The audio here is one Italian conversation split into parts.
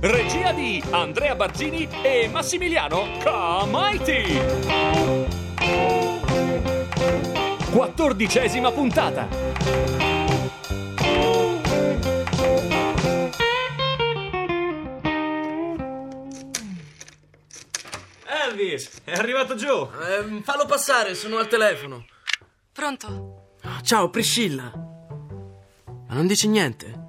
Regia di Andrea Barzini e Massimiliano Comaiti. Quattordicesima puntata. Elvis, è arrivato giù. Ehm, fallo passare, sono al telefono. Pronto? Ah, Ciao, Priscilla. Ma non dici niente?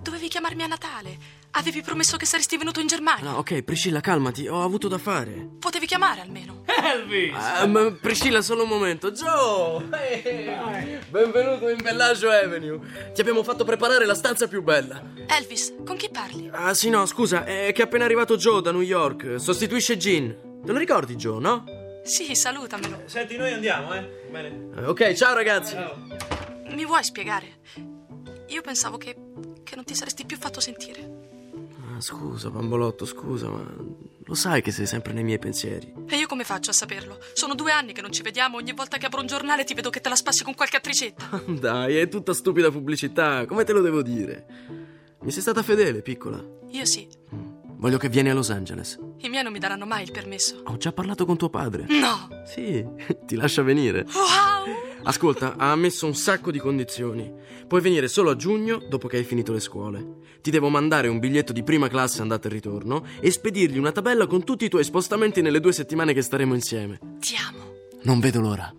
Dovevi chiamarmi a Natale. Avevi promesso che saresti venuto in Germania. No, ok, Priscilla, calmati, ho avuto da fare. Potevi chiamare almeno. Elvis! Ehm, Priscilla, solo un momento. Joe! Ehi, Benvenuto in Bellagio Avenue. Ti abbiamo fatto preparare la stanza più bella. Elvis, con chi parli? Ah, sì, no, scusa, è che è appena arrivato Joe da New York. Sostituisce Gin. Te lo ricordi, Joe, no? Sì, salutamelo. Senti, noi andiamo, eh? Bene. Eh, Ok, ciao ragazzi. Mi vuoi spiegare? Io pensavo che. che non ti saresti più fatto sentire. Ah, scusa, bambolotto, scusa, ma lo sai che sei sempre nei miei pensieri. E io come faccio a saperlo? Sono due anni che non ci vediamo, ogni volta che apro un giornale ti vedo che te la spassi con qualche attricetta. Dai, è tutta stupida pubblicità, come te lo devo dire? Mi sei stata fedele, piccola. Mm, Io sì, Voglio che vieni a Los Angeles. i miei non mi daranno mai il permesso. Ho già parlato con tuo padre. No! Sì, ti lascia venire. Wow! Ascolta, ha messo un sacco di condizioni. Puoi venire solo a giugno, dopo che hai finito le scuole. Ti devo mandare un biglietto di prima classe andata e ritorno e spedirgli una tabella con tutti i tuoi spostamenti nelle due settimane che staremo insieme. Ti amo. Non vedo l'ora.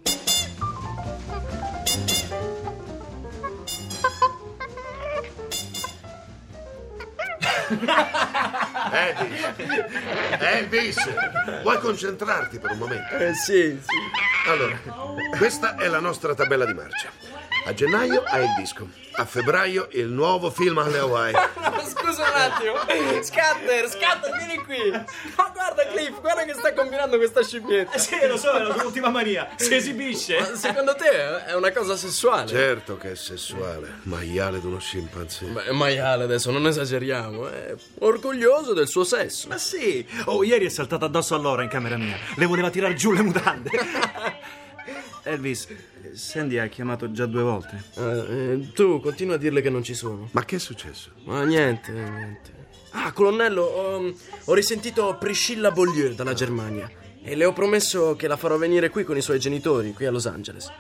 Elvis, Elvis, puoi Eh, concentrarti per un momento? Eh sì, sì. Allora, questa è la nostra tabella di marcia. A gennaio hai il disco, a febbraio il nuovo film alle Hawaii. Scusa un attimo, scatter, scatter, vieni qui. Ma guarda Cliff, guarda che sta combinando questa scimmietta. Sì, lo so, è la sua ultima mania. Si esibisce. Secondo te è una cosa sessuale? Certo che è sessuale, maiale d'uno scimpanzé. Beh, maiale adesso, non esageriamo, è orgoglioso del suo sesso. Ma sì. Oh, ieri è saltata addosso a Laura in camera mia. Le voleva tirar giù le mutande. Elvis, Sandy ha chiamato già due volte. Eh, eh, tu continua a dirle che non ci sono. Ma che è successo? Ma niente, niente. Ah, colonnello, ho, ho risentito Priscilla Beaulieu dalla Germania e le ho promesso che la farò venire qui con i suoi genitori, qui a Los Angeles.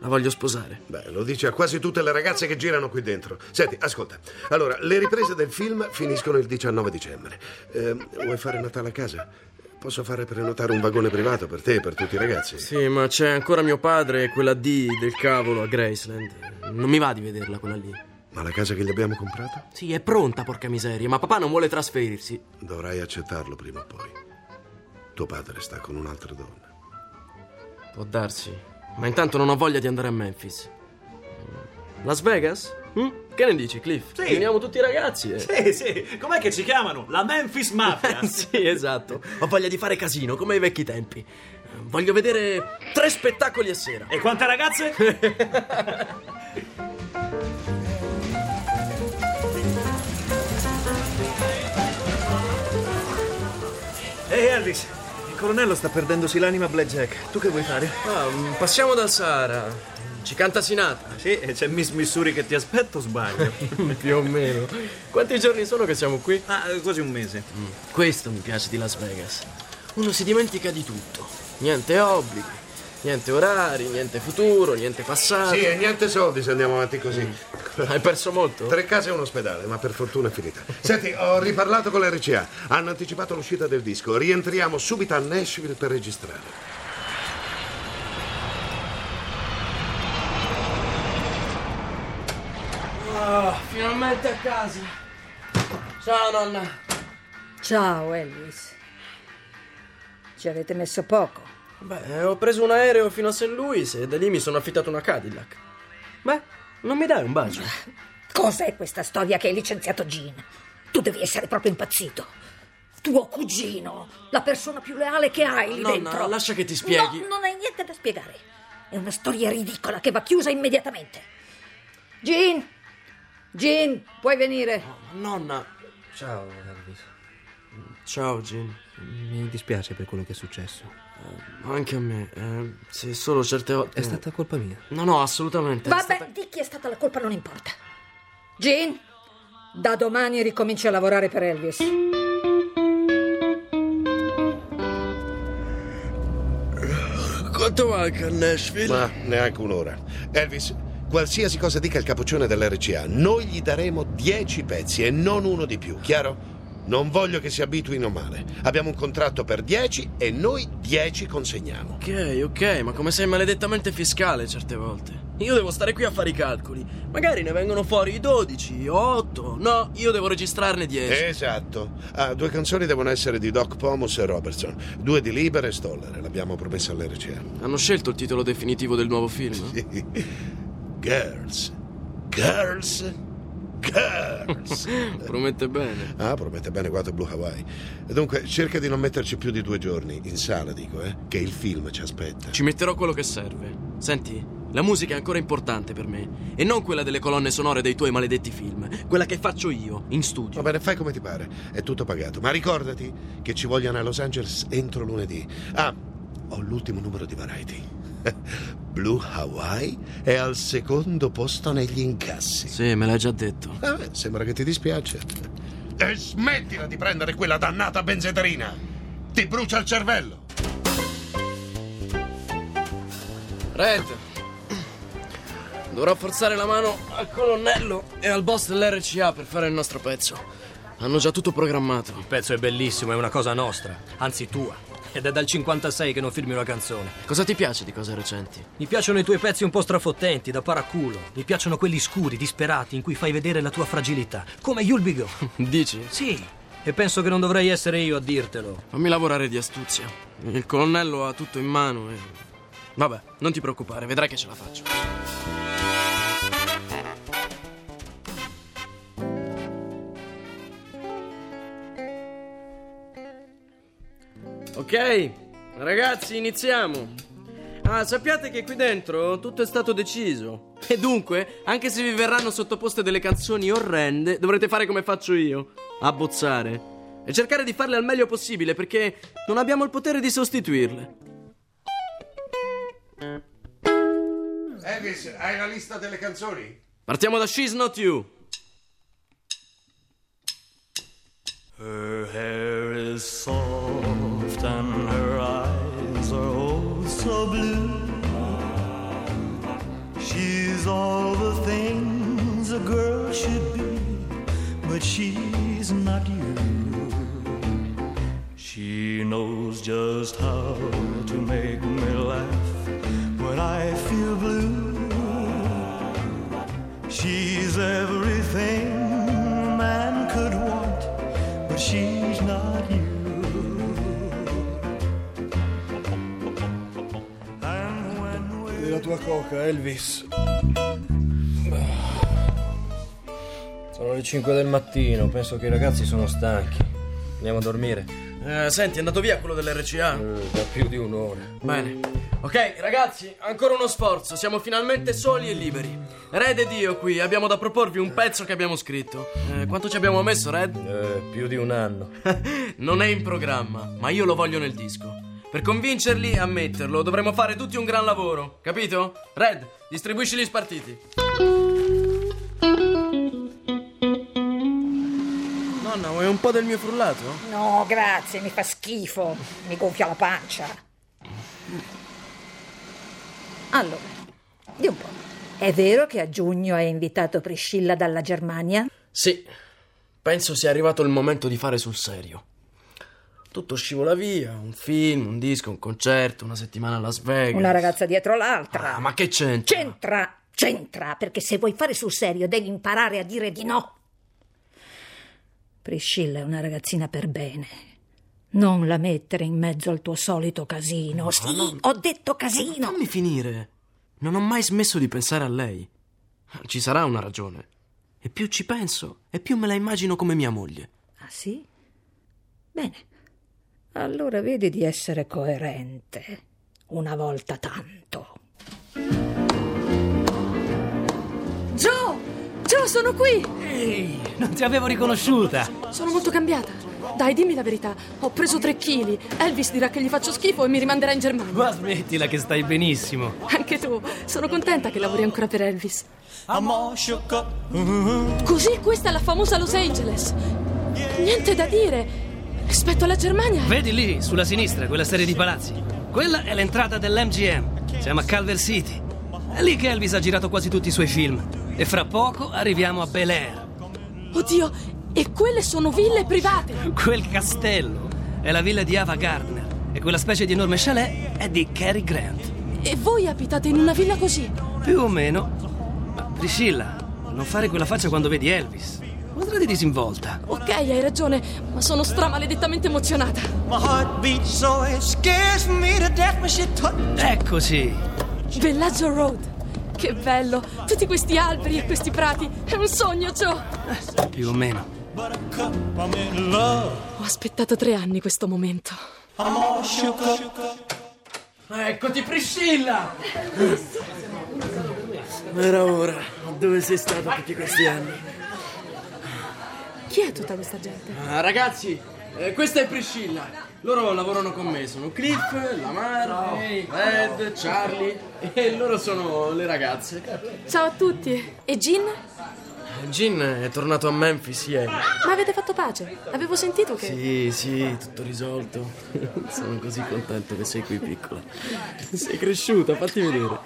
La voglio sposare. Beh, lo dice a quasi tutte le ragazze che girano qui dentro. Senti, ascolta. Allora, le riprese del film finiscono il 19 dicembre. Ehm, vuoi fare Natale a casa? Posso fare prenotare un vagone privato per te e per tutti i ragazzi? Sì, ma c'è ancora mio padre e quella D del cavolo a Graceland. Non mi va di vederla quella lì. Ma la casa che gli abbiamo comprata? Sì, è pronta, porca miseria, ma papà non vuole trasferirsi. Dovrai accettarlo prima o poi. Tuo padre sta con un'altra donna. Può darsi, ma intanto non ho voglia di andare a Memphis. Las Vegas? Mm? Che ne dici, Cliff? Sì. Riuniamo tutti i ragazzi. eh. Sì, sì. Com'è che ci chiamano? La Memphis Mafia. sì, esatto. Ho voglia di fare casino, come ai vecchi tempi. Voglio vedere tre spettacoli a sera. E quante ragazze? Ehi Elvis, il colonnello sta perdendosi l'anima a Blackjack. Tu che vuoi fare? Ah, mm, passiamo dal Sahara. Ci canta Sinatra. Sì, e c'è Miss Missouri che ti aspetto o sbaglio? Più o meno. Quanti giorni sono che siamo qui? ah, eh, quasi un mese. Questo mi piace di Las Vegas. Uno si dimentica di tutto. Niente obblighi, niente orari, niente futuro, niente passato. Sì, e niente soldi se andiamo avanti così. Mm. Hai perso molto? Tre case e un ospedale, ma per fortuna è finita. Senti, ho riparlato con l'RCA. Hanno anticipato l'uscita del disco. Rientriamo subito a Nashville per registrare. Finalmente a casa. Ciao nonna. Ciao Elvis. Ci avete messo poco. Beh, eh, ho preso un aereo fino a St. Louis e da lì mi sono affittato una Cadillac. Beh, non mi dai un bacio? Cos'è questa storia che hai licenziato Gin? Tu devi essere proprio impazzito. Tuo cugino, la persona più leale che hai lì Nonna, dentro. lascia che ti spieghi. No, non hai niente da spiegare. È una storia ridicola che va chiusa immediatamente. Gin! Gin, puoi venire? Nonna. Ciao, Elvis. Ciao, Gin. Mi dispiace per quello che è successo. Anche a me. eh, se solo certe volte. È stata colpa mia. No, no, assolutamente. è Vabbè, stata- di chi è stata la colpa non importa. Gin, da domani ricominci a lavorare per Elvis. Quanto manca a Nashville? Ma neanche un'ora. Elvis, qualsiasi cosa dica il capoccione dell'RCA, noi gli daremo 10 pezzi e non uno di più, chiaro? Non voglio che si abituino male. Abbiamo un contratto per 10 e noi 10 consegniamo. Ok, ok, ma come sei maledettamente fiscale certe volte. Io devo stare qui a fare i calcoli. Magari ne vengono fuori 12 o 8. No, io devo registrarne 10. Esatto. Ah, due canzoni devono essere di Doc Pomus e Robertson, due di Liber e Stoller, l'abbiamo promessa all'RCA. Hanno scelto il titolo definitivo del nuovo film? Girls. Girls. Girls. Promette bene. Ah, promette bene quanto Blue Hawaii. Dunque, cerca di non metterci più di due giorni, in sala dico, eh, che il film ci aspetta. Ci metterò quello che serve. Senti, la musica è ancora importante per me. E non quella delle colonne sonore dei tuoi maledetti film. Quella che faccio io, in Va studio. bene, fai come ti pare, è tutto pagato. Ma ricordati che ci vogliono a Los Angeles entro lunedì. Ah, ho l'ultimo numero di Variety. Blue Hawaii è al secondo posto negli incassi. Sì, me l'hai già detto. Ah, beh, sembra che ti dispiace. E smettila di prendere quella dannata benzeterina! Ti brucia il cervello! Red. Dovrò forzare la mano al colonnello e al boss dell'RCA per fare il nostro pezzo. Hanno già tutto programmato. Il pezzo è bellissimo, è una cosa nostra, anzi tua. Ed è dal 56 che non firmi una canzone. Cosa ti piace di cose recenti? Mi piacciono i tuoi pezzi un po' strafottenti, da paraculo. Mi piacciono quelli scuri, disperati, in cui fai vedere la tua fragilità. Come You'll Be Gone. Dici? Sì, e penso che non dovrei essere io a dirtelo. Fammi lavorare di astuzia. Il colonnello ha tutto in mano e. Vabbè, non ti preoccupare, vedrai che ce la faccio. Ok, ragazzi, iniziamo. Ah, sappiate che qui dentro tutto è stato deciso. E dunque, anche se vi verranno sottoposte delle canzoni orrende, dovrete fare come faccio io: abbozzare. E cercare di farle al meglio possibile perché non abbiamo il potere di sostituirle. Elvis, hai la lista delle canzoni? Partiamo da She's Not You. Her hair is soft and her eyes are oh so blue. She's all the things a girl should be, but she's not you. She knows just how to make me laugh when I feel blue. She's everything a man could want, but she's not you. And when we La tua coca, Elvis. Sono le 5 del mattino, penso che i ragazzi sono stanchi. Andiamo a dormire. Eh, Eh, senti, è andato via quello dell'RCA. Da più di un'ora. Bene. Ok, ragazzi, ancora uno sforzo. Siamo finalmente soli e liberi. Red ed io qui abbiamo da proporvi un pezzo che abbiamo scritto. Eh, quanto ci abbiamo messo, Red? Eh, più di un anno. non è in programma, ma io lo voglio nel disco. Per convincerli a metterlo dovremo fare tutti un gran lavoro, capito? Red, distribuisci gli spartiti. Nonna, vuoi un po' del mio frullato? No, grazie, mi fa schifo. Mi gonfia la pancia. Allora, di un po'. È vero che a giugno hai invitato Priscilla dalla Germania? Sì, penso sia arrivato il momento di fare sul serio. Tutto scivola via, un film, un disco, un concerto, una settimana a Las Vegas. Una ragazza dietro l'altra. Ah, ma che c'entra? C'entra, c'entra, perché se vuoi fare sul serio devi imparare a dire di no. Priscilla è una ragazzina per bene. Non la mettere in mezzo al tuo solito casino. Sì, ho detto casino. Fammi finire. Non ho mai smesso di pensare a lei. Ci sarà una ragione. E più ci penso, e più me la immagino come mia moglie. Ah sì? Bene. Allora vedi di essere coerente. Una volta tanto. Joe! Joe, sono qui! Non ti avevo riconosciuta. Sono molto cambiata. Dai, dimmi la verità. Ho preso tre chili. Elvis dirà che gli faccio schifo e mi rimanderà in Germania. Ma smettila che stai benissimo. Anche tu. Sono contenta che lavori ancora per Elvis. I'm all shook up. Così questa è la famosa Los Angeles. Niente da dire. Rispetto alla Germania. Vedi lì, sulla sinistra, quella serie di palazzi. Quella è l'entrata dell'MGM. Siamo a Calver City. È lì che Elvis ha girato quasi tutti i suoi film. E fra poco arriviamo a Bel Air. Oddio, e quelle sono ville private! Quel castello è la villa di Ava Gardner. E quella specie di enorme chalet è di Cary Grant. E voi abitate in una villa così? Più o meno. Ma Priscilla, non fare quella faccia quando vedi Elvis. Mostrati disinvolta. Ok, hai ragione, ma sono stramaledettamente emozionata. Eccoci. Bellagio Road. Che bello! Tutti questi alberi e questi prati. È un sogno, Joe! Più o meno. Ho aspettato tre anni questo momento. Eccoti, Priscilla! Era ora. Dove sei stato tutti questi anni? Chi è tutta questa gente? Ah, ragazzi, eh, questa è Priscilla. Loro lavorano con me, sono Cliff, Lamar, Ed, Charlie e loro sono le ragazze. Ciao a tutti. E Gin? Gin è tornato a Memphis ieri. Ma avete fatto pace? Avevo sentito che. Sì, sì, tutto risolto. Sono così contento che sei qui piccola. Sei cresciuta, fatti vedere.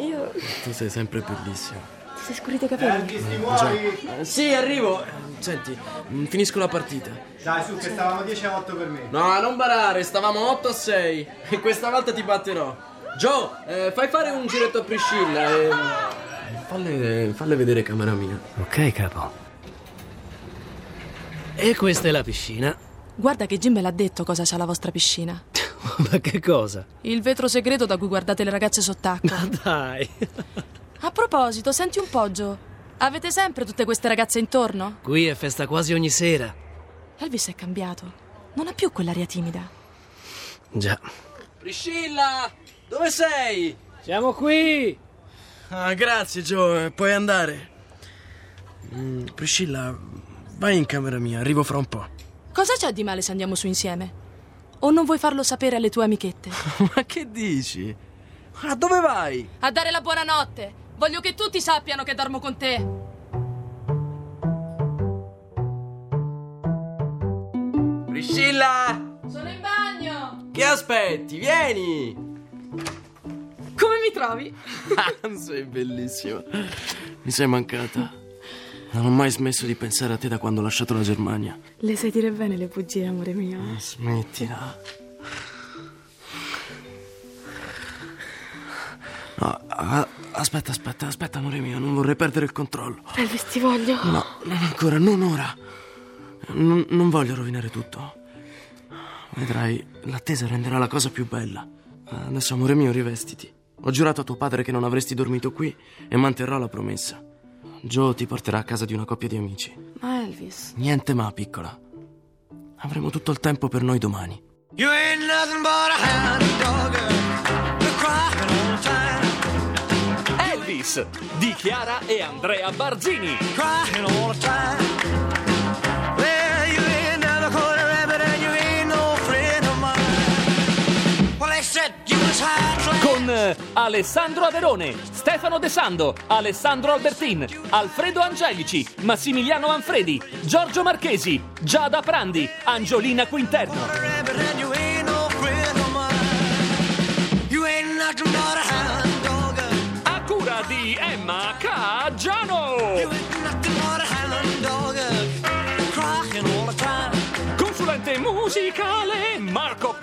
Io. Ti Tu sei sempre bellissima. sei scurito i capelli? Eh, Sì, arrivo. Eh, Senti, mm, finisco la partita. Dai, su, che stavamo 10 a 8 per me. No, non barare, stavamo 8 a 6 e questa volta ti batterò. Joe, eh, fai fare un giretto a Priscilla e... Falle, falle vedere camera mia. Ok, capo. E questa è la piscina. Guarda che Jim me l'ha detto cosa c'ha la vostra piscina. Ma che cosa? Il vetro segreto da cui guardate le ragazze sott'acqua. Dai. A proposito, senti un po', Joe. Avete sempre tutte queste ragazze intorno? Qui è festa quasi ogni sera. Elvis è cambiato. Non ha più quell'aria timida. Già. Priscilla, dove sei? Siamo qui. Ah, grazie Joe, eh, puoi andare. Mm, Priscilla, vai in camera mia, arrivo fra un po'. Cosa c'è di male se andiamo su insieme? O non vuoi farlo sapere alle tue amichette? Ma che dici? Ma dove vai? A dare la buonanotte! Voglio che tutti sappiano che dormo con te! Priscilla, Sono in bagno! che aspetti? Vieni. Come mi trovi? Ah, sei bellissima. Mi sei mancata. Non ho mai smesso di pensare a te da quando ho lasciato la Germania. Le sai dire bene le bugie, amore mio. Smettila. No, a- aspetta, aspetta, aspetta, amore mio, non vorrei perdere il controllo. Elvis, ti voglio. No, non ancora, non ora. Non- non voglio rovinare tutto. Vedrai, l'attesa renderà la cosa più bella. Adesso, amore mio, rivestiti. Ho giurato a tuo padre che non avresti dormito qui e manterrò la promessa. Joe ti porterà a casa di una coppia di amici. Ma Elvis. Niente ma, piccola. Avremo tutto il tempo per noi domani. You ain't nothing but a hound dog. You're crying all the time, Elvis di Chiara e Andrea Barzini. crying all the time. Well, you ain't never caught a rabbit and you ain't no friend of mine. Well, they said you was high class. Con eh, Alessandro Averone, Stefano De Sando, Alessandro Albertin, Alfredo Angelici, Massimiliano Manfredi, Giorgio Marchesi, Giada Prandi, Angiolina Quinterno. rabbit and you ain't no friend of mine. You ain't nothing but a hound dog. A cura di Emma Caggiano. You ain't nothing but a hound dog. Crying all the time. Consulente musicale Marco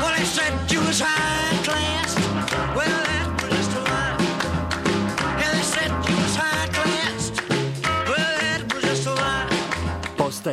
Well, they said you was high class. Well, that was just a lie. Yeah, they said you was high class. Well, that was just a lie. Posta